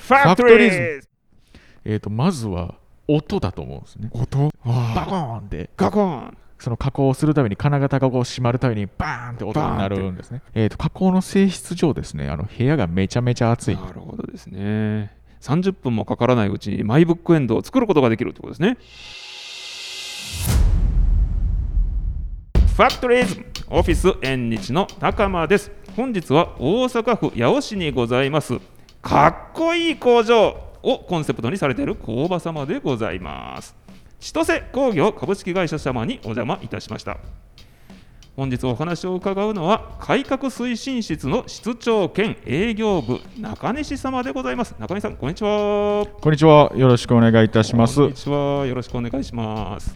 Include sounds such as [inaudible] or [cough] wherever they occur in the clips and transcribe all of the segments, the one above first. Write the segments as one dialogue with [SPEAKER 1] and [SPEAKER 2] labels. [SPEAKER 1] ファクトリーズ
[SPEAKER 2] えー、とまずは音だと思うんですね。
[SPEAKER 1] 音
[SPEAKER 2] バ
[SPEAKER 1] あ
[SPEAKER 2] コ
[SPEAKER 1] あ
[SPEAKER 2] ーンって
[SPEAKER 1] ガコン
[SPEAKER 2] その加工をするために金型がこう閉まるためにバーンって音になるんですね。えー、と加工の性質上ですねあの部屋がめちゃめちゃ暑い。
[SPEAKER 1] なるほどですね30分もかからないうちにマイブックエンドを作ることができるってことですねファクトリーズオフィス縁日の高間です本日は大阪府八尾市にございますかっこいい工場をコンセプトにされている工場様でございます千歳工業株式会社様にお邪魔いたしました本日お話を伺うのは改革推進室の室長兼営業部中西様でございます中西さんこんにちは
[SPEAKER 2] こんにちはよろしくお願いいたします。
[SPEAKER 1] こんにちはよろしくお願いします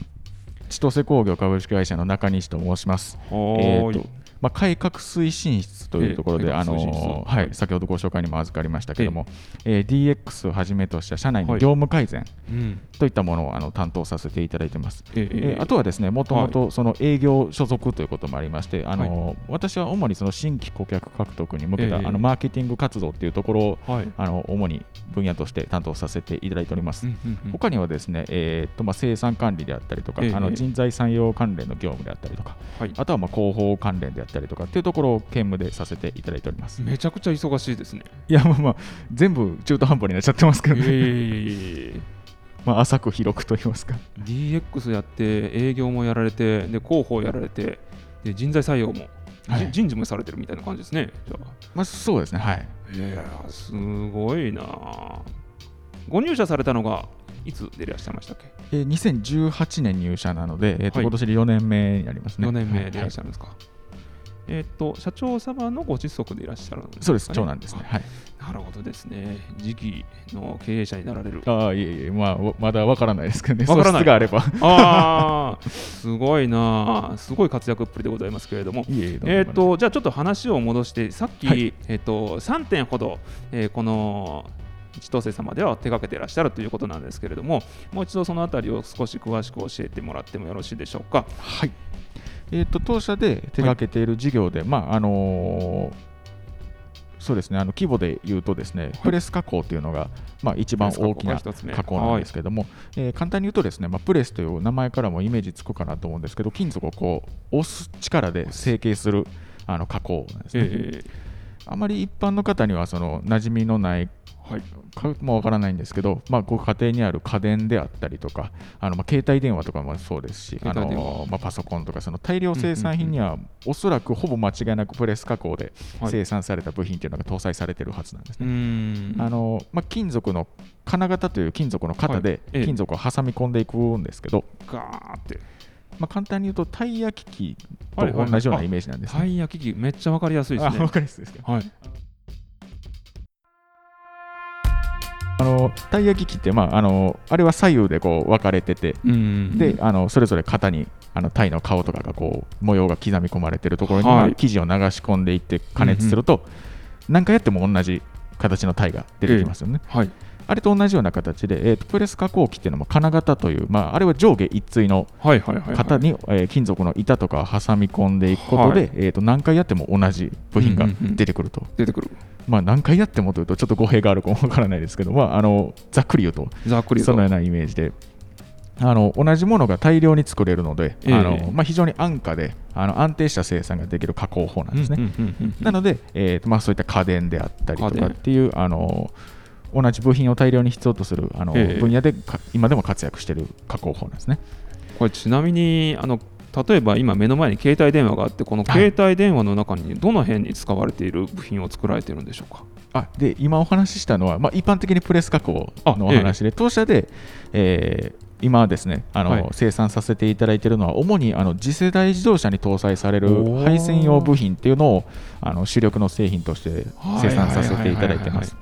[SPEAKER 2] 千歳工業株式会社の中西と申します。
[SPEAKER 1] はーい
[SPEAKER 2] えーとまあ、改革推進室というところ
[SPEAKER 1] え
[SPEAKER 2] で、
[SPEAKER 1] え
[SPEAKER 2] あ
[SPEAKER 1] 改革推進室
[SPEAKER 2] のーはい、先ほどご紹介にも預かりましたけれども、えー DX をはじめとした社内の
[SPEAKER 1] はい
[SPEAKER 2] 業務改善
[SPEAKER 1] うん
[SPEAKER 2] といったものをあの担当させていただいてます。
[SPEAKER 1] えええ
[SPEAKER 2] え
[SPEAKER 1] え
[SPEAKER 2] ーあとはですね、もともとその営業所属ということもありまして、あのー私は主にその新規顧客獲得に向けた、
[SPEAKER 1] ええ
[SPEAKER 2] あのマーケティング活動というところを、
[SPEAKER 1] はい
[SPEAKER 2] あの主に分野として担当させていただいております。
[SPEAKER 1] うんうんうん
[SPEAKER 2] 他にはですね、えーとまあ、生産管理であったりとか、
[SPEAKER 1] ええ
[SPEAKER 2] あ
[SPEAKER 1] え
[SPEAKER 2] の
[SPEAKER 1] え
[SPEAKER 2] 人材産業関連の業務であったりとか、
[SPEAKER 1] はい
[SPEAKER 2] あとはまあ広報関連であったりとかっていうところを兼務でさせていただいております。
[SPEAKER 1] めちゃくちゃ忙しいですね。
[SPEAKER 2] [laughs] いや、まあまあ、全部中途半端になっちゃってますけどね、
[SPEAKER 1] え
[SPEAKER 2] [laughs] まあ浅く広くと言いますか。
[SPEAKER 1] DX やって、営業もやられて、で広報やられて、で人材採用も、
[SPEAKER 2] はい
[SPEAKER 1] じ人事もされてるみたいな感じですね。じゃあ
[SPEAKER 2] まあそうですね、はい。
[SPEAKER 1] いやーすごいなあご入社されたのがいつでいらっしゃいましたっけ、
[SPEAKER 2] えー、2018年入社なので、えーと
[SPEAKER 1] はい
[SPEAKER 2] 今年で4年目になりますね。
[SPEAKER 1] 4年目でい
[SPEAKER 2] は
[SPEAKER 1] ら
[SPEAKER 2] い
[SPEAKER 1] っしゃるんですか、えーっと社長様のご子息でいらっしゃるんですかね、
[SPEAKER 2] そうです、長男ですね。はい、
[SPEAKER 1] あなるほどですね次期の経営者になられる
[SPEAKER 2] ああ、いえいえ、まあ、わまだわからないですけどね、
[SPEAKER 1] [laughs] わからない
[SPEAKER 2] 素質があれば。 [laughs]
[SPEAKER 1] ああすごいなあすごい活躍っぷりでございますけれども
[SPEAKER 2] いえいえ、どんどん
[SPEAKER 1] えー、とじゃあちょっと話を戻してさっき、
[SPEAKER 2] はい
[SPEAKER 1] えー、と3点ほど、えーこの千歳様では手掛けてらっしゃるということなんですけれどももう一度そのあたりを少し詳しく教えてもらってもよろしいでしょうか。
[SPEAKER 2] はい。えっ、と当社で手掛けている事業で、まああのーそうですね。あの規模で言うとですね、プレス加工というのがまあ一番大きな
[SPEAKER 1] プレス加工が一つ目
[SPEAKER 2] 加工なんですけども、えー簡単に言うとですね、まあプレスという名前からもイメージつくかなと思うんですけど、金属をこう押す力で成形するあの加工なんですね。
[SPEAKER 1] え
[SPEAKER 2] あまり一般の方にはその馴染みのない
[SPEAKER 1] ーはい
[SPEAKER 2] かもわからないんですけど、まあ、ご家庭にある家電であったりとか、あのまあ携帯電話とかもそうですし、あ
[SPEAKER 1] 携帯電話
[SPEAKER 2] のまあ、パソコンとか、その大量生産品には、おそらくほぼ間違いなくプレス加工で
[SPEAKER 1] はい
[SPEAKER 2] 生産された部品というのが搭載されているはずなんです
[SPEAKER 1] う
[SPEAKER 2] ね。
[SPEAKER 1] ーん
[SPEAKER 2] あのまあ、金属の金型という金属の型
[SPEAKER 1] はい
[SPEAKER 2] で
[SPEAKER 1] ええ
[SPEAKER 2] 金属を挟み込んでいくんですけど、
[SPEAKER 1] ガーって
[SPEAKER 2] まあ、簡単に言うとタイヤ機器と
[SPEAKER 1] はいはいはい
[SPEAKER 2] 同じようなイメージなんですね。
[SPEAKER 1] タイヤ機器めっちゃわかりやすいです
[SPEAKER 2] あわ
[SPEAKER 1] ね。
[SPEAKER 2] かりやすいですか
[SPEAKER 1] はい、
[SPEAKER 2] あのタイヤ機器って、まああの、あれは左右でこう分かれてて、
[SPEAKER 1] うん
[SPEAKER 2] であのそれぞれ型にあのタイの顔とかがこう模様が刻み込まれてるところに、
[SPEAKER 1] はい
[SPEAKER 2] まあ生地を流し込んでいって加熱すると、何回やっても同じ形のタイが出てきますよね、
[SPEAKER 1] はい、
[SPEAKER 2] あれと同じような形で、えーとプレス加工機っていうのも金型という、まあ、あれは上下一対の
[SPEAKER 1] はいはいはいはい
[SPEAKER 2] 型に、えー金属の板とかを挟み込んでいくことで、
[SPEAKER 1] は
[SPEAKER 2] えーと何回やっても同じ部品が出てくると、
[SPEAKER 1] 出てくる
[SPEAKER 2] まあ、何回やってもというとちょっと語弊があるかもわからないですけど、まあ、あのざっくり言うと
[SPEAKER 1] ざっくり
[SPEAKER 2] そ
[SPEAKER 1] と
[SPEAKER 2] のようなイメージで。あの同じものが大量に作れるので、
[SPEAKER 1] ええ
[SPEAKER 2] あのまあ、非常に安価であの安定した生産ができる加工法なんですね。
[SPEAKER 1] うんうんうんうん
[SPEAKER 2] なので、えーとまあ、そういった家電であったりと
[SPEAKER 1] 家電
[SPEAKER 2] かっていうあの同じ部品を大量に必要とするあの、
[SPEAKER 1] ええ
[SPEAKER 2] 分野でか今でも活躍している加工法なんですね。
[SPEAKER 1] これちなみにあの例えば今目の前に携帯電話があってこの携帯電話の中にどの辺に使われている部品を作られているんでしょうか、
[SPEAKER 2] あで今お話ししたのは、まあ、一般的にプレス加工のお話で、当社で、えー今はですねあの、
[SPEAKER 1] はい
[SPEAKER 2] 生産させていただいているのは主にあの次世代自動車に搭載される
[SPEAKER 1] おー
[SPEAKER 2] 配線用部品っていうのをあの主力の製品として生産させていただ
[SPEAKER 1] はいはいはい
[SPEAKER 2] いてま
[SPEAKER 1] はいはい
[SPEAKER 2] す。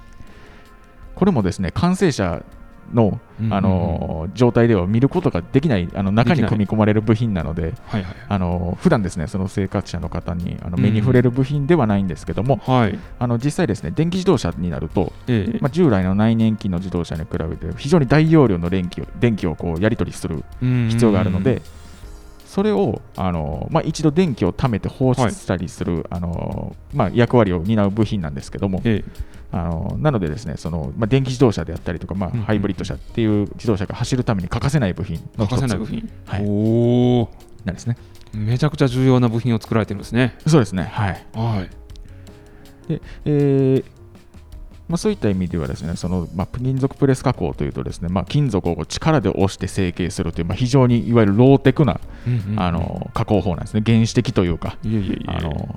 [SPEAKER 2] これもですね完成車の
[SPEAKER 1] うんうんうん
[SPEAKER 2] あの状態では見ることができないあの中
[SPEAKER 1] でき
[SPEAKER 2] に
[SPEAKER 1] ない
[SPEAKER 2] 組み込まれる部品なので。
[SPEAKER 1] はいはい
[SPEAKER 2] あの普段ですねその生活者の方にあの目に触れる部品ではないんですけども、
[SPEAKER 1] はい、
[SPEAKER 2] あの実際、ですね電気自動車になると、
[SPEAKER 1] ええ
[SPEAKER 2] まあ、従来の内燃機の自動車に比べて非常に大容量の電気を電気をこうやり取りする
[SPEAKER 1] うんうんうん
[SPEAKER 2] 必要があるので、それをあの、まあ、一度電気を貯めて放出したりする、あのまあ、役割を担う部品なんですけども、
[SPEAKER 1] え
[SPEAKER 2] あのなので、ですねその、まあ、電気自動車であったりとか、まあ
[SPEAKER 1] うんうん
[SPEAKER 2] ハイブリッド車っていう自動車が走るために欠かせない部品
[SPEAKER 1] え、
[SPEAKER 2] の
[SPEAKER 1] 欠かせ
[SPEAKER 2] 一つ
[SPEAKER 1] ない部品、
[SPEAKER 2] はい
[SPEAKER 1] おお、
[SPEAKER 2] なんですね。
[SPEAKER 1] めちゃくちゃ重要な部品を作られてるんですね。
[SPEAKER 2] そうですね、はい
[SPEAKER 1] はい、
[SPEAKER 2] でえーまあ、そういった意味ではですねその、まあ、金属プレス加工というとですね、まあ、金属を力で押して成形するという、まあ、非常にいわゆるローテクな、
[SPEAKER 1] うんうん
[SPEAKER 2] あ、の加工法なんですね原始的というか、
[SPEAKER 1] いえいえいえ、
[SPEAKER 2] あの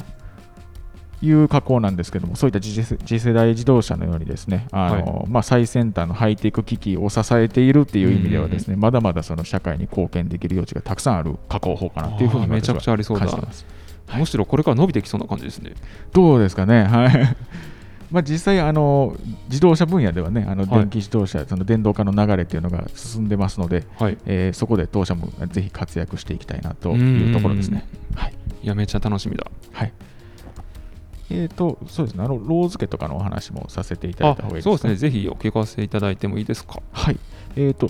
[SPEAKER 2] いう加工なんですけども、そういった次世次世代自動車のようにですね、あのまあ、最先端のハイテク機器を支えているっていう意味ではですね、まだまだその社会に貢献できる余地がたくさんある加工法かなっていうふうに
[SPEAKER 1] あーめちゃくちゃありそうだ
[SPEAKER 2] 私は感じてますはい
[SPEAKER 1] むしろこれから伸びてきそうな感じですね。
[SPEAKER 2] どうですかね、はい。 [laughs] まあ、実際あの、自動車分野ではね、あの
[SPEAKER 1] はい
[SPEAKER 2] 電気自動車、その電動化の流れっていうのが進んでますので、
[SPEAKER 1] はい、
[SPEAKER 2] えーそこで当社もぜひ活躍していきたいなというところですね。はい
[SPEAKER 1] いや、めっちゃ楽しみだ。
[SPEAKER 2] はい。えっ、と、そうですね、あの、ロー付けとかのお話もさせていただい
[SPEAKER 1] あ
[SPEAKER 2] た方がいいです
[SPEAKER 1] そ
[SPEAKER 2] か、
[SPEAKER 1] うですね、。ぜひお聞かせいただいてもいいですか。
[SPEAKER 2] はい。えっ、と、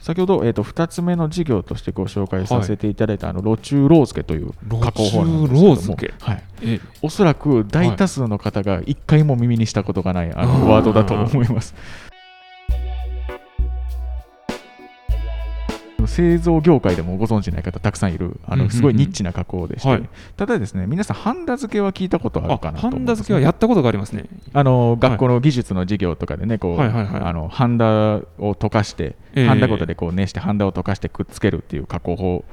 [SPEAKER 2] 先ほど、えー、と2つ目の事業としてご紹介させていただいた、あの、ロチューロー付けという加工法なん
[SPEAKER 1] ロ
[SPEAKER 2] ですけども
[SPEAKER 1] チューロー付け
[SPEAKER 2] はい。
[SPEAKER 1] え
[SPEAKER 2] おそらく大多数の方が一回も耳にしたことがない、あ
[SPEAKER 1] あー
[SPEAKER 2] のワードだと思います。製造業界でもご存知ない方たくさんいるあ
[SPEAKER 1] うんうんうん
[SPEAKER 2] のすごいニッチな加工でして、
[SPEAKER 1] はい
[SPEAKER 2] ただですね皆さんハンダ付けは聞いたことある
[SPEAKER 1] あ、
[SPEAKER 2] かなと
[SPEAKER 1] ハ
[SPEAKER 2] 思うん
[SPEAKER 1] ン
[SPEAKER 2] で
[SPEAKER 1] ダ
[SPEAKER 2] す
[SPEAKER 1] 付
[SPEAKER 2] け
[SPEAKER 1] け
[SPEAKER 2] ど
[SPEAKER 1] はやったことがありますね。
[SPEAKER 2] あの学校の技術の授業とかでね、こう
[SPEAKER 1] はいはいはい
[SPEAKER 2] あのハンダを溶かして、
[SPEAKER 1] ええ
[SPEAKER 2] ハンダごとでこう熱して、ハンダを溶かしてくっつけるっていう加工法、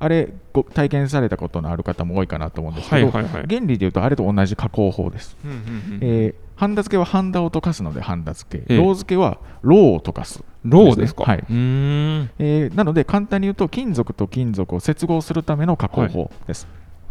[SPEAKER 2] あれ、ご体験されたことのある方も多いかなと思うんですけ
[SPEAKER 1] は
[SPEAKER 2] ど、
[SPEAKER 1] いはいはい
[SPEAKER 2] 原理でいうと、あれと同じ加工法です。
[SPEAKER 1] うんうんうん
[SPEAKER 2] えーハンダ付けはハンダを溶かすのでハンダ付け、
[SPEAKER 1] ええ
[SPEAKER 2] ロー付けはローを溶かす、
[SPEAKER 1] ローですか。
[SPEAKER 2] はい、
[SPEAKER 1] うーん
[SPEAKER 2] えーなので簡単に言うと金属と金属を接合するための加工法です、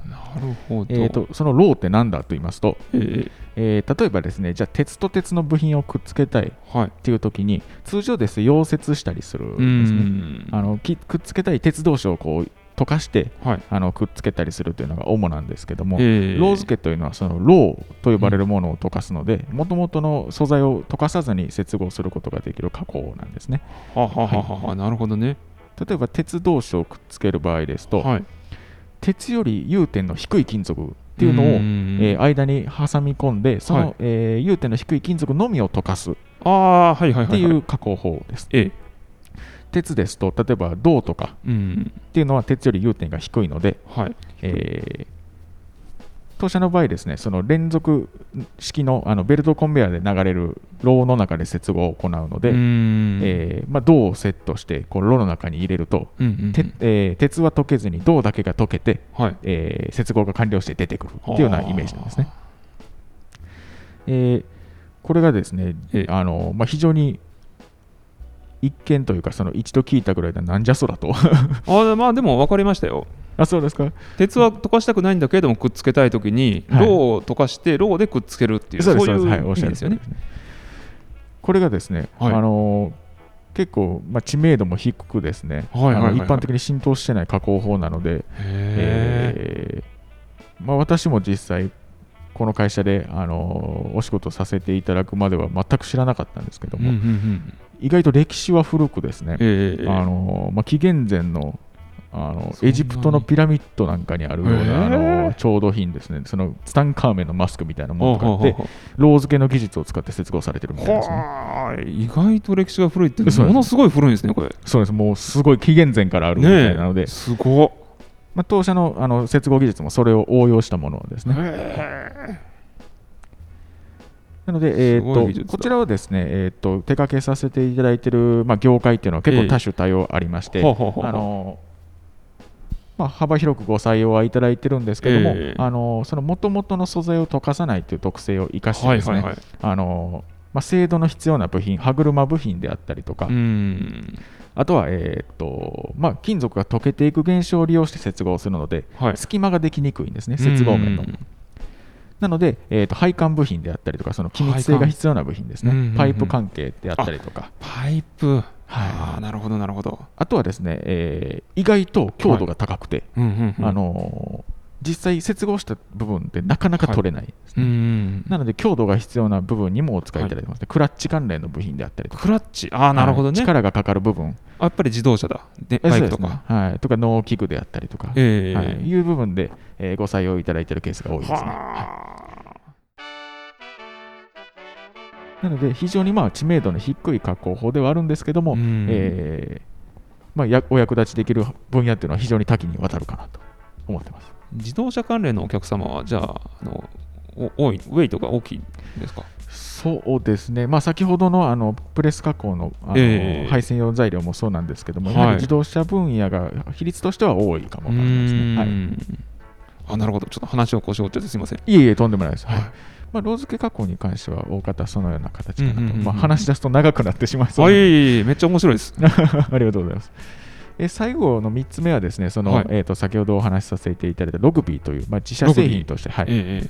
[SPEAKER 1] なるほど。
[SPEAKER 2] えー、とそのローって何だと言いますと、
[SPEAKER 1] ええ
[SPEAKER 2] えー例えばですねじゃあ鉄と鉄の部品をくっつけたい
[SPEAKER 1] はい。
[SPEAKER 2] っていう時に通常ですと溶接したりする
[SPEAKER 1] うん
[SPEAKER 2] ですね
[SPEAKER 1] ん。
[SPEAKER 2] あのきくっつけたい鉄同士をこう溶かして
[SPEAKER 1] はい。
[SPEAKER 2] あのくっつけたりするというのが主なんですけども、
[SPEAKER 1] ええ
[SPEAKER 2] ロー付けというのはそのローと呼ばれるものを溶かすのでもともとの素材を溶かさずに接合することができる加工なんですね
[SPEAKER 1] ははははは、なるほどね。
[SPEAKER 2] 例えば鉄同士をくっつける場合ですと、
[SPEAKER 1] はい。
[SPEAKER 2] 鉄より融点の低い金属っていうのを
[SPEAKER 1] うん
[SPEAKER 2] えー間に挟み込んでその、
[SPEAKER 1] はい
[SPEAKER 2] えー融点の低い金属のみを溶かすっ
[SPEAKER 1] ああ、はいはい
[SPEAKER 2] て
[SPEAKER 1] はい
[SPEAKER 2] い
[SPEAKER 1] はい。
[SPEAKER 2] う加工法です、
[SPEAKER 1] ええ
[SPEAKER 2] 鉄ですと例えば銅とか
[SPEAKER 1] うん。
[SPEAKER 2] っていうのは鉄より融点が低いので、
[SPEAKER 1] はい。
[SPEAKER 2] えー当社の場合ですね、その連続式のあのベルトコンベヤーで流れるローの中で接合を行うので、
[SPEAKER 1] うーん
[SPEAKER 2] えーまあ、銅をセットしてこうローの中に入れると、
[SPEAKER 1] うんうんうん
[SPEAKER 2] てえー鉄は溶けずに銅だけが溶けて、
[SPEAKER 1] はい。
[SPEAKER 2] えー接合が完了して出てくるっていうようなイメージなんですね。えーこれがですね、
[SPEAKER 1] ええ
[SPEAKER 2] あのまあ、非常に一見というか、その一度聞いたぐらいでなんじゃそらと。 [laughs]
[SPEAKER 1] ああまあでも分かりましたよ。
[SPEAKER 2] あそうですか
[SPEAKER 1] 鉄は溶かしたくないんだけれどもくっつけたいときに、
[SPEAKER 2] はい
[SPEAKER 1] ローを溶かしてローでくっつけるっていう
[SPEAKER 2] そうです
[SPEAKER 1] い
[SPEAKER 2] そうですはい、
[SPEAKER 1] う
[SPEAKER 2] お
[SPEAKER 1] 意
[SPEAKER 2] っし
[SPEAKER 1] 味
[SPEAKER 2] ゃる
[SPEAKER 1] です
[SPEAKER 2] 通
[SPEAKER 1] よ
[SPEAKER 2] り
[SPEAKER 1] ね
[SPEAKER 2] で。すねこれがですね、
[SPEAKER 1] はい
[SPEAKER 2] あのー結構、まあ、知名度も低くですね、
[SPEAKER 1] はいはいはいはい
[SPEAKER 2] あの一般的に浸透してない加工法なので、
[SPEAKER 1] へえ。
[SPEAKER 2] えーまあ、私も実際、この会社で、あのーお仕事させていただくまでは全く知らなかったんですけど
[SPEAKER 1] うんう
[SPEAKER 2] も、
[SPEAKER 1] んうん
[SPEAKER 2] 意外と歴史は古くですね、
[SPEAKER 1] ええ
[SPEAKER 2] あのーまあ、紀元前の
[SPEAKER 1] そ
[SPEAKER 2] あの
[SPEAKER 1] んなに
[SPEAKER 2] エジプトのピラミッドなんかにあるような、
[SPEAKER 1] へー
[SPEAKER 2] あのー調度品ですね、そのツタンカーメンのマスクみたいなものとか
[SPEAKER 1] ほう
[SPEAKER 2] っ
[SPEAKER 1] ほう
[SPEAKER 2] て
[SPEAKER 1] ほう、
[SPEAKER 2] ロー付けの技術を使って接合されてるみたいですね。
[SPEAKER 1] はあ、意外と歴史が古いって、
[SPEAKER 2] そうです
[SPEAKER 1] ものすごい古いんですね、これ。
[SPEAKER 2] そうです、もうすごい紀元前からあるみたいなので、
[SPEAKER 1] ねえすごっ。
[SPEAKER 2] まあ、当社のあの接合技術もそれを応用したものですね。なので、え
[SPEAKER 1] す
[SPEAKER 2] ー
[SPEAKER 1] ごい
[SPEAKER 2] と
[SPEAKER 1] 技術だ
[SPEAKER 2] こちらはですね、えー、と手掛けさせていただいている、まあ、業界っていうのは結構多種多様ありまして、
[SPEAKER 1] ええほうほうほうほう
[SPEAKER 2] あのまあ、幅広くご採用はいただいてるんですけども、
[SPEAKER 1] ええ
[SPEAKER 2] あのその元々の素材を溶かさないという特性を生かして
[SPEAKER 1] はい
[SPEAKER 2] ですね、
[SPEAKER 1] はいはい。
[SPEAKER 2] あのまあ、精度の必要な部品、歯車部品であったりとか、
[SPEAKER 1] うん。
[SPEAKER 2] あとは、えーっとまあ、金属が溶けていく現象を利用して接合するので、
[SPEAKER 1] はい。
[SPEAKER 2] 隙間ができにくいんですね、接合面の。
[SPEAKER 1] うん
[SPEAKER 2] なので、えーっと配管部品であったりとか、その気密性が必要な部品です
[SPEAKER 1] 配管うんうんう
[SPEAKER 2] ね
[SPEAKER 1] ん、
[SPEAKER 2] パイプ関係であったりとか、
[SPEAKER 1] パイプ。はい。
[SPEAKER 2] あ
[SPEAKER 1] ああ、なるほど、なるほど。
[SPEAKER 2] とはですね、えー意外と強度が高くて、
[SPEAKER 1] うんうんうん
[SPEAKER 2] あのー実際接合した部分ってなかなか取れないですね、
[SPEAKER 1] ん
[SPEAKER 2] なので強度が必要な部分にもお使いいただいてますね、クラッチ関連の部品であったりとか
[SPEAKER 1] クラッチ、ああ、なるほど
[SPEAKER 2] はい
[SPEAKER 1] ね、
[SPEAKER 2] 力がかかる部分
[SPEAKER 1] あやっぱり自動車だ、でバイクと
[SPEAKER 2] そうです
[SPEAKER 1] か。
[SPEAKER 2] ねはい、とか農機具であったりとか、
[SPEAKER 1] ええ
[SPEAKER 2] はい、いう部分で、えーご採用いただいているケースが多いですね。は
[SPEAKER 1] はあ
[SPEAKER 2] いなので非常にまあ知名度の低い加工法ではあるんですけど
[SPEAKER 1] う
[SPEAKER 2] も、
[SPEAKER 1] ん
[SPEAKER 2] えーまあ、やお役立ちできる分野っていうのは非常に多岐にわたるかなと思ってます。
[SPEAKER 1] 自動車関連のお客様は、じゃあ、あのお多い、ウェイトが大きいんですか。
[SPEAKER 2] そうですね、まあ、先ほどのあのプレス加工のあの、
[SPEAKER 1] ええ
[SPEAKER 2] 配線用材料もそうなんですけども、
[SPEAKER 1] はい
[SPEAKER 2] やはり自動車分野が比率としては多いかもわからないですね。はい、い
[SPEAKER 1] ー
[SPEAKER 2] う
[SPEAKER 1] んあなるほど、ちょっと話を腰折っちゃってすみません。
[SPEAKER 2] えいえ、とんでもないです。はい
[SPEAKER 1] はい
[SPEAKER 2] まあ、ロー付け加工に関しては大方そのような形か
[SPEAKER 1] うん
[SPEAKER 2] な
[SPEAKER 1] うん
[SPEAKER 2] と、
[SPEAKER 1] うんうん
[SPEAKER 2] まあ、話し出すと長くなってしまいそう
[SPEAKER 1] は
[SPEAKER 2] ないので、
[SPEAKER 1] めっちゃ面白いです。
[SPEAKER 2] [laughs] ありがとうございます。え最後の3つ目はですね、その、
[SPEAKER 1] はい
[SPEAKER 2] えー、と先ほどお話しさせていただいたログビーという、まあ、自社製品として、はい
[SPEAKER 1] え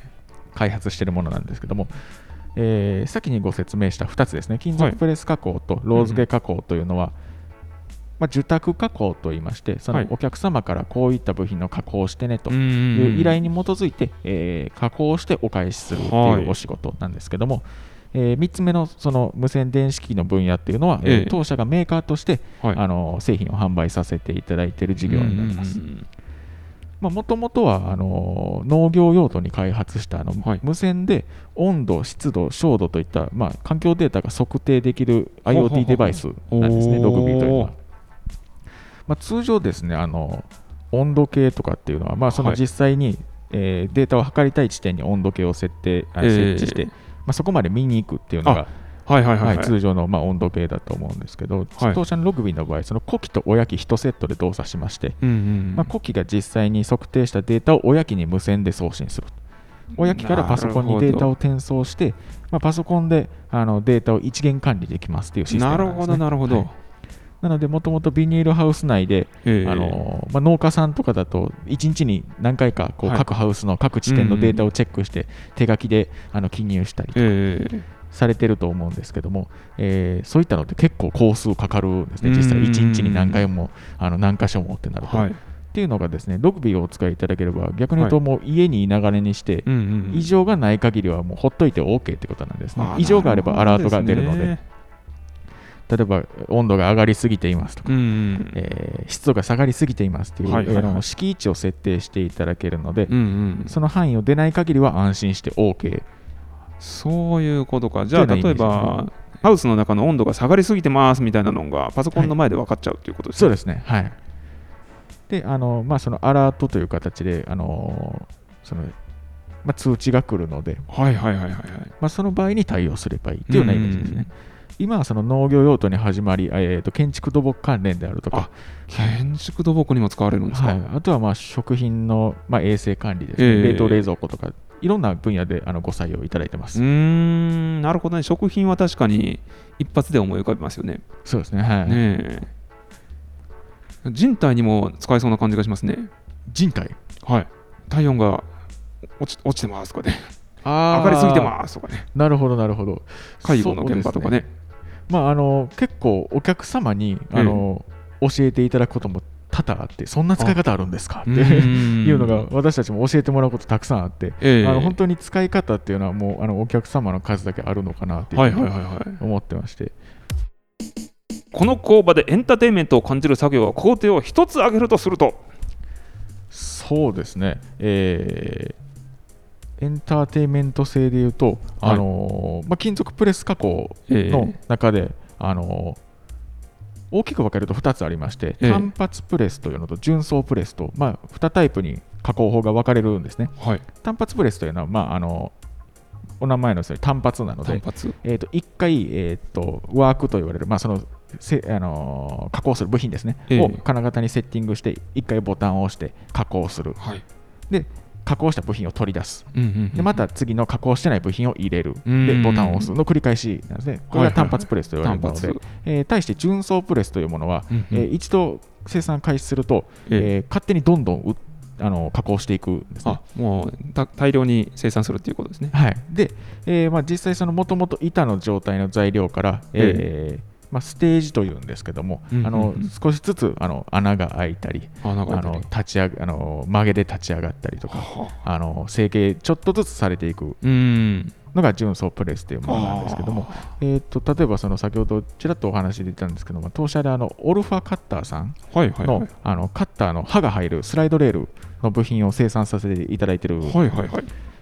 [SPEAKER 2] 開発しているものなんですけども、えー先にご説明した2つですね、金
[SPEAKER 1] はい
[SPEAKER 2] 属プレス加工とロー付け加工というのは、まあ、受託加工といいまして、そ
[SPEAKER 1] は
[SPEAKER 2] の
[SPEAKER 1] い
[SPEAKER 2] お客様からこういった部品の加工をしてねと
[SPEAKER 1] えう
[SPEAKER 2] い
[SPEAKER 1] ん
[SPEAKER 2] う依頼に基づいて、えー加工してお返しするって
[SPEAKER 1] はいいう
[SPEAKER 2] お仕事なんですけども、え3つ目のその無線電子機器の分野っていうのは、えー
[SPEAKER 1] ええ
[SPEAKER 2] 当社がメーカーとして、
[SPEAKER 1] はい
[SPEAKER 2] あの製品を販売させていただいている事業になります。
[SPEAKER 1] うんうんうん
[SPEAKER 2] もともとはあの農業用途に開発したあの、
[SPEAKER 1] はい
[SPEAKER 2] 無線で温度、湿度、照度といった、まあ、環境データが測定できる
[SPEAKER 1] ほうほうほう
[SPEAKER 2] IoT デバイスなんですね、
[SPEAKER 1] おー
[SPEAKER 2] ログビーというのは。まあ、通常ですねあの、温度計とかっていうのは、まあ、その
[SPEAKER 1] はい
[SPEAKER 2] 実際に、えーデータを測りたい地点に温度計を設定、あ
[SPEAKER 1] えー
[SPEAKER 2] 設置して、まあ、そこまで見に行くっていうのが、
[SPEAKER 1] はいはいはい
[SPEAKER 2] は
[SPEAKER 1] はいい。
[SPEAKER 2] 通常の、まあ、温度計だと思うんですけど、
[SPEAKER 1] はい
[SPEAKER 2] 当社のログビーの場合、その呼気と親機1セットで動作しまして、
[SPEAKER 1] うんうん
[SPEAKER 2] まあ、呼気が実際に測定したデータを親機に無線で送信すると。親機からパソコンにデータを転送して、まあ、パソコンであのデータを一元管理できますというシステムな
[SPEAKER 1] なんる
[SPEAKER 2] です、ね、
[SPEAKER 1] ほどなるほ
[SPEAKER 2] は
[SPEAKER 1] ど
[SPEAKER 2] い。なので、もともとビニールハウス内で、
[SPEAKER 1] ええ
[SPEAKER 2] あのまあ、農家さんとかだと、1日に何回かこう
[SPEAKER 1] はい
[SPEAKER 2] 各ハウスの各地点のデータをチェックして、手書きであの記入したり
[SPEAKER 1] ええ
[SPEAKER 2] されてると思うんですけども、えーそういったのって結構工数かかるんですね、実際
[SPEAKER 1] うん
[SPEAKER 2] 1日に何回も、あの何箇所もってなると。
[SPEAKER 1] はい。
[SPEAKER 2] っていうのがですね、ログビーをお使いいただければ、逆に言うともう家にいながらにして、
[SPEAKER 1] うんうんうん
[SPEAKER 2] 異常がない限りはもうほっといて OK ってことなんですね
[SPEAKER 1] あ。ー
[SPEAKER 2] 異常があればアラートが出るので、
[SPEAKER 1] なほ
[SPEAKER 2] 例えば温度が上がりすぎていますとか、
[SPEAKER 1] どうんうん
[SPEAKER 2] えー湿度が下がりすぎていますっていう、
[SPEAKER 1] はいはいはい
[SPEAKER 2] あの敷位置を設定していただけるので、
[SPEAKER 1] うんうん
[SPEAKER 2] その範囲を出ない限りは安心して OK。
[SPEAKER 1] そういうことか。じゃあ、
[SPEAKER 2] というよ
[SPEAKER 1] 例え
[SPEAKER 2] うなイメージ
[SPEAKER 1] ば、ハウスの中の温度が下がりすぎてますみたいなのが、パソコンの前で分かっちゃうということです
[SPEAKER 2] そう
[SPEAKER 1] ね。
[SPEAKER 2] ですね。はい。で、あの、まあ、そのアラートという形で、あの、その、まあ、通知が来るので、
[SPEAKER 1] はいはいはいはいはい。
[SPEAKER 2] まあ、その場合に対応すればいいというようなイメージですね。今はその農業用途に始まり、えー、と建築土木関連であるとか、
[SPEAKER 1] 建築土木にも使われるんですか。
[SPEAKER 2] はい、あとはまあ食品の、まあ、衛生管理ですね、
[SPEAKER 1] ええ
[SPEAKER 2] 冷凍冷蔵庫とか、いろんな分野であのご採用いただいてま
[SPEAKER 1] う
[SPEAKER 2] す。
[SPEAKER 1] ーんなるほどね、食品は確かに一発で思い浮かびますよね。
[SPEAKER 2] そうですね,、はい、
[SPEAKER 1] ねえ人体にも使えそうな感じがしますね。
[SPEAKER 2] 人体
[SPEAKER 1] はい、体温が落ち落ちてますとかね、
[SPEAKER 2] あ
[SPEAKER 1] 上がりすぎてますとかね、
[SPEAKER 2] す。なるほど、なるほど。
[SPEAKER 1] 介護の現場とかね。
[SPEAKER 2] そうですね。まあ、あの結構、お客様にあの、教えていただくことも多々あって、そんな使い方あるんですかっていううの
[SPEAKER 1] ん
[SPEAKER 2] が、私たちも教えてもらうことたくさんあって、
[SPEAKER 1] ええ
[SPEAKER 2] あの本当に使い方っていうのはもうあのお客様の数だけあるのかなっていう
[SPEAKER 1] はい
[SPEAKER 2] ふ
[SPEAKER 1] はいうはい
[SPEAKER 2] に
[SPEAKER 1] はい。
[SPEAKER 2] 思ってまして、
[SPEAKER 1] この工場でエンターテインメントを感じる作業は工程を一つ上げるとすると、
[SPEAKER 2] そうですね、えーエンターテインメント性でいうと、
[SPEAKER 1] はい
[SPEAKER 2] あのーまあ、金属プレス加工の中で、あのー大きく分けると2つありまして、
[SPEAKER 1] ええ
[SPEAKER 2] 単発プレスというのと純層プレスと、まあ、2タイプに加工法が分かれるんですね。
[SPEAKER 1] はい、
[SPEAKER 2] 単発プレスというのは、まああのお名前の通り単発なの
[SPEAKER 1] 単
[SPEAKER 2] で、
[SPEAKER 1] 発。
[SPEAKER 2] えー、と1回、えー、とワークと言われる、まあそのせあのー加工する部品ですね、
[SPEAKER 1] ええ
[SPEAKER 2] を金型にセッティングして、1回ボタンを押して加工する、
[SPEAKER 1] はい。
[SPEAKER 2] で加工した部品を取り出す、
[SPEAKER 1] うんうんうん
[SPEAKER 2] でまた次の加工してない部品を入れる、
[SPEAKER 1] うん
[SPEAKER 2] でボタンを押すの繰り返しなんですね、これが単発プレスと言われるもので、
[SPEAKER 1] はいはい単
[SPEAKER 2] えー対して純層プレスというものは、
[SPEAKER 1] うんうん
[SPEAKER 2] えー一度生産開始すると、
[SPEAKER 1] え
[SPEAKER 2] え
[SPEAKER 1] え
[SPEAKER 2] ー勝手にどんどんうあの加工していくんですね。
[SPEAKER 1] あもうた大量に生産するっていうことですね。
[SPEAKER 2] はい、で、えーまあ、実際、そのもともと板の状態の材料から、えーまあ、ステージというんですけども、
[SPEAKER 1] うんうんうん
[SPEAKER 2] あの少しずつあの穴が開いたり、
[SPEAKER 1] 穴が開いたり
[SPEAKER 2] あの立ち上げあの曲げで立ち上がったりとか、あの整形ちょっとずつされていく
[SPEAKER 1] うん。
[SPEAKER 2] のが純層プレスというものなんですけども、えー、と例えばその先ほどちらっとお話で言ったんですけども当社であのオルファカッターさん
[SPEAKER 1] はいはい
[SPEAKER 2] の,、
[SPEAKER 1] はい。
[SPEAKER 2] あのカッターの刃が入るスライドレールの部品を生産させていただいている、
[SPEAKER 1] はいはいはい。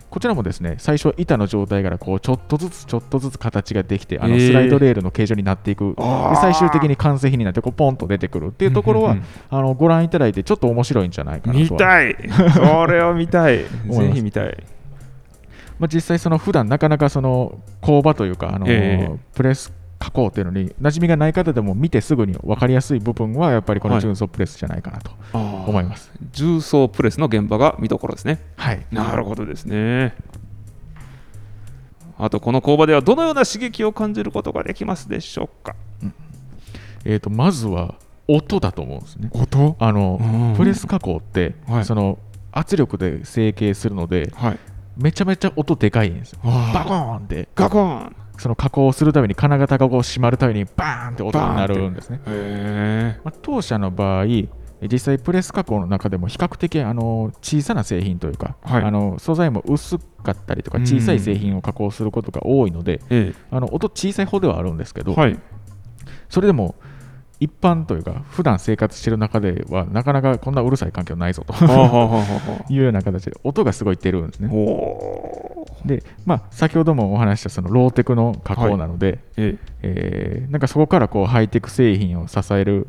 [SPEAKER 2] こちらもですね最初は板の状態からこうちょっとずつちょっとずつ形ができてあ
[SPEAKER 1] え
[SPEAKER 2] の
[SPEAKER 1] ー
[SPEAKER 2] スライドレールの形状になっていく、で最終的に完成品になってこうポンと出てくるっていうところは、
[SPEAKER 1] うんうんうん
[SPEAKER 2] あのご覧いただいてちょっと面白いんじゃないかな
[SPEAKER 1] 見
[SPEAKER 2] とは、
[SPEAKER 1] たい。それを見たい。ぜ
[SPEAKER 2] 思います
[SPEAKER 1] ひ見たい。
[SPEAKER 2] まあ、実際その普段なかなかその工場というかあの、
[SPEAKER 1] ええ
[SPEAKER 2] プレス加工っていうのに馴染みがない方でも見てすぐに分かりやすい部分はやっぱりこの
[SPEAKER 1] はい
[SPEAKER 2] 純素プレスじゃないかなと
[SPEAKER 1] 思
[SPEAKER 2] 思います。
[SPEAKER 1] 重曹プレスの現場が見どころですね。
[SPEAKER 2] はい、
[SPEAKER 1] なるほどですね。あとこの工場ではどのような刺激を感じることができますでしょうか。
[SPEAKER 2] えー、とまずは音だと思うんですね。
[SPEAKER 1] 音
[SPEAKER 2] あの
[SPEAKER 1] うん
[SPEAKER 2] プレス加工って、
[SPEAKER 1] はい
[SPEAKER 2] その圧力で成形するので
[SPEAKER 1] はい。
[SPEAKER 2] めちゃめちゃ音でかいんですよ。バコ
[SPEAKER 1] バ
[SPEAKER 2] ーンって
[SPEAKER 1] コンガコン
[SPEAKER 2] その加工をするために金型がこう閉まるためにバーンって音になるんですね。
[SPEAKER 1] へ
[SPEAKER 2] まあ、当社の場合実際プレス加工の中でも比較的あの小さな製品というか、
[SPEAKER 1] はい
[SPEAKER 2] あの素材も薄かったりとか
[SPEAKER 1] うん
[SPEAKER 2] 小さい製品を加工することが多いので、
[SPEAKER 1] え。
[SPEAKER 2] あの音小さい方ではあるんですけど、 [laughs]
[SPEAKER 1] はい。
[SPEAKER 2] それでも一般というか普段生活してる中ではなかなかこんなうるさい環境ないぞというような形で音がすごい出るんですね。
[SPEAKER 1] おー
[SPEAKER 2] で、まあ、先ほどもお話ししたそのローテクの加工なので、
[SPEAKER 1] え
[SPEAKER 2] えーなんかそこからこうハイテク製品を支える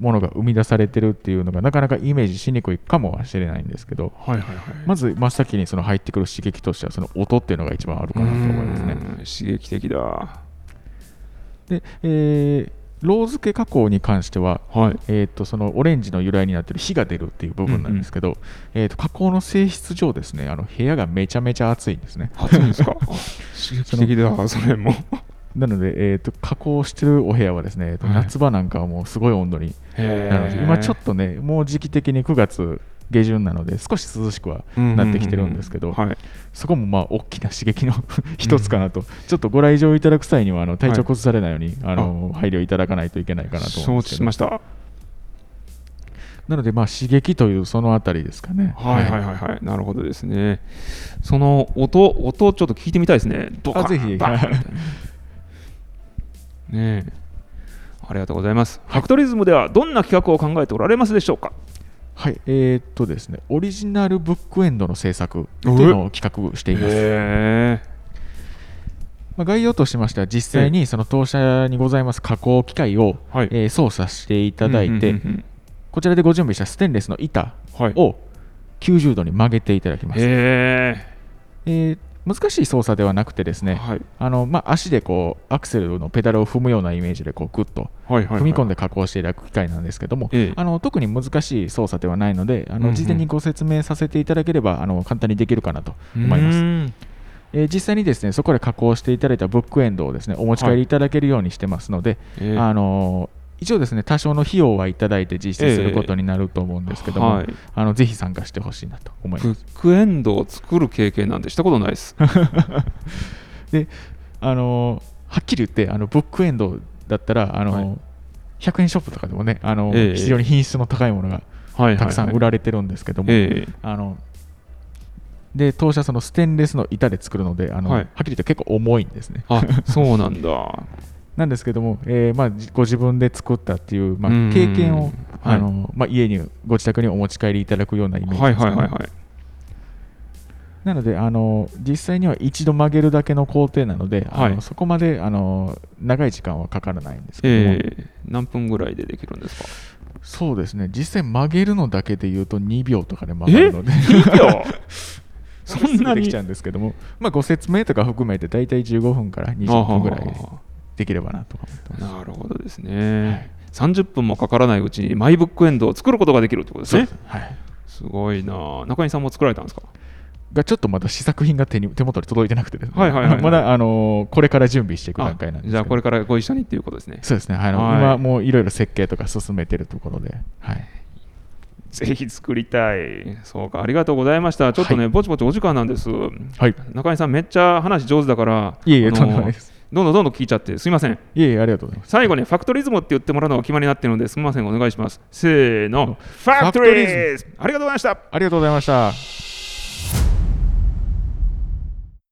[SPEAKER 2] ものが生み出されてるっていうのがなかなかイメージしにくいかもしれないんですけど
[SPEAKER 1] はいはいはい。
[SPEAKER 2] まず真っ先にその入ってくる刺激としてはその音っていうのが一番あるかなと思いますね。
[SPEAKER 1] うん刺激的だ。は
[SPEAKER 2] で、えーロー付け加工に関しては、
[SPEAKER 1] い。
[SPEAKER 2] えー、とそのオレンジの由来になってる火が出るっていう部分なんですけど、えー、と加工の性質上ですねあの部屋がめちゃめちゃ暑いんですね。
[SPEAKER 1] 暑いん [laughs] ですか刺激的だ、 [laughs] それも。
[SPEAKER 2] なので、えー、と加工してるお部屋はですね、えーと
[SPEAKER 1] はい
[SPEAKER 2] 夏場なんかはもうすごい温度になので今ちょっとね、もう時期的に9月下旬なので、少し涼しくはなってきてるんですけど、
[SPEAKER 1] はい。
[SPEAKER 2] そこもまあ大きな刺激の [laughs] 一つかなと、ちょっとご来場いただく際にはあの体調崩されないように、あの配慮いただかないといけないかなと思う
[SPEAKER 1] 承
[SPEAKER 2] んで
[SPEAKER 1] 知
[SPEAKER 2] す
[SPEAKER 1] し
[SPEAKER 2] けど
[SPEAKER 1] ました。
[SPEAKER 2] なので、まあ刺激というそのあたりですかね。
[SPEAKER 1] はいはいはいはい、なるほどですね。その音、音をちょっと聞いてみたいですね。ドカン
[SPEAKER 2] あぜひ
[SPEAKER 1] バン
[SPEAKER 2] はい
[SPEAKER 1] みたいな [laughs] ねえありがとうございます。ファクトリズムではどんな企画を考えておられますでしょうか。
[SPEAKER 2] はいえーっとですね、オリジナルブックエンドの制作というのを企画しています。
[SPEAKER 1] へ
[SPEAKER 2] まあ、概要としましては、実際にその当社にございます加工機械を、
[SPEAKER 1] はい
[SPEAKER 2] えー操作してい
[SPEAKER 1] え
[SPEAKER 2] ただいて、
[SPEAKER 1] うんうんうん
[SPEAKER 2] こちらでご準備したステンレスの板
[SPEAKER 1] うんはい。
[SPEAKER 2] を90度に曲げていただきます。え
[SPEAKER 1] へ
[SPEAKER 2] ー難しい操作ではなくてです
[SPEAKER 1] え。
[SPEAKER 2] ね、
[SPEAKER 1] はい
[SPEAKER 2] あのまあ、足でこうアクセルのペダルを踏むようなイメージでこうグッと
[SPEAKER 1] はいはい。
[SPEAKER 2] 踏み込ん
[SPEAKER 1] で。
[SPEAKER 2] で加工していただく機械なんですけども、
[SPEAKER 1] ええ
[SPEAKER 2] あの特に難しい操作ではないのであ
[SPEAKER 1] うんう
[SPEAKER 2] の
[SPEAKER 1] ん
[SPEAKER 2] 事前にご説明させていただければあの簡単にできるかなと思います、
[SPEAKER 1] す。
[SPEAKER 2] えー実際にですねそこで加工していただいたブックエンドをですねお持ち帰りいただけるようにしてますので、
[SPEAKER 1] ええ
[SPEAKER 2] あの一応ですね多少の費用はいただいて実施することになると思うんですけども、
[SPEAKER 1] ええはい
[SPEAKER 2] あのぜひ参加してほしいなと思い
[SPEAKER 1] ブ
[SPEAKER 2] ま
[SPEAKER 1] ッ
[SPEAKER 2] す。
[SPEAKER 1] クエンドを作る経験なんてしたことない
[SPEAKER 2] [laughs]
[SPEAKER 1] です。
[SPEAKER 2] であのはっきり言ってあのブックエンドだったらあの、
[SPEAKER 1] はい
[SPEAKER 2] 100円ショップとかでもねあの、
[SPEAKER 1] ええ
[SPEAKER 2] 非常に品質の高いものが
[SPEAKER 1] はい
[SPEAKER 2] たくさん売
[SPEAKER 1] れ
[SPEAKER 2] られてるんですけども、
[SPEAKER 1] ええ
[SPEAKER 2] あので当社そのステンレスの板で作るのであの、
[SPEAKER 1] はい
[SPEAKER 2] はっきり言って結構重いんですね。
[SPEAKER 1] あ、そうなんだ。
[SPEAKER 2] なんですけども、えーまあ、じご自分で作ったっていう、まあ
[SPEAKER 1] うん、
[SPEAKER 2] 経験を、
[SPEAKER 1] はい
[SPEAKER 2] あのまあ、家にご自宅にお持ち帰りいただく [laughs] ようなイメージ
[SPEAKER 1] はいはい
[SPEAKER 2] ですか
[SPEAKER 1] はい
[SPEAKER 2] ね
[SPEAKER 1] はい。
[SPEAKER 2] なのであの実際には一度曲げるだけの工程なので、あ
[SPEAKER 1] はい
[SPEAKER 2] のそこまであの長い時間はかからないんですけども、
[SPEAKER 1] ええ何分ぐらいでできるんですか
[SPEAKER 2] そうですね実際曲げるのだけで言うと2秒とかで曲がるので
[SPEAKER 1] 2秒
[SPEAKER 2] [laughs]
[SPEAKER 1] そん
[SPEAKER 2] す
[SPEAKER 1] な
[SPEAKER 2] ぐでき
[SPEAKER 1] に
[SPEAKER 2] ちゃうんですけども、まあ、ご説明とか含めて大体15分から20分ぐらいできればなと思ってます。
[SPEAKER 1] なるほどですね、30分もかからないうちにマイブックエンドを作ることができるってことですね
[SPEAKER 2] そうですはい
[SPEAKER 1] すごいな中井さんも作られたんですか
[SPEAKER 2] がちょっとまだ試作品が手に手元に届いてなくてですね、
[SPEAKER 1] はいはいはいはい
[SPEAKER 2] [laughs] まだ、あのーこれから準備していく段階なんですけど
[SPEAKER 1] じゃあこれからご一緒にっていうことですね
[SPEAKER 2] そうですね、はいあの
[SPEAKER 1] はい
[SPEAKER 2] 今もういろいろ設計とか進めてるところで、はい、
[SPEAKER 1] ぜひ作りたいそうかありがとうございましたちょっとね、
[SPEAKER 2] は
[SPEAKER 1] ぼちぼちお時間なんです
[SPEAKER 2] はい、
[SPEAKER 1] 中井さんめっちゃ話上手だから
[SPEAKER 2] いえいえ
[SPEAKER 1] あの
[SPEAKER 2] とんでもないです
[SPEAKER 1] どんどんどんどん聞いちゃってすみません
[SPEAKER 2] いえいえ、ありがとうございます。
[SPEAKER 1] 最後にファクトリズムって言ってもらうのが決まりになってるのですみませんお願いしますせーのファクト
[SPEAKER 2] ファクト
[SPEAKER 1] リ
[SPEAKER 2] リ
[SPEAKER 1] ズムありがとうございました
[SPEAKER 2] ありがとうございました。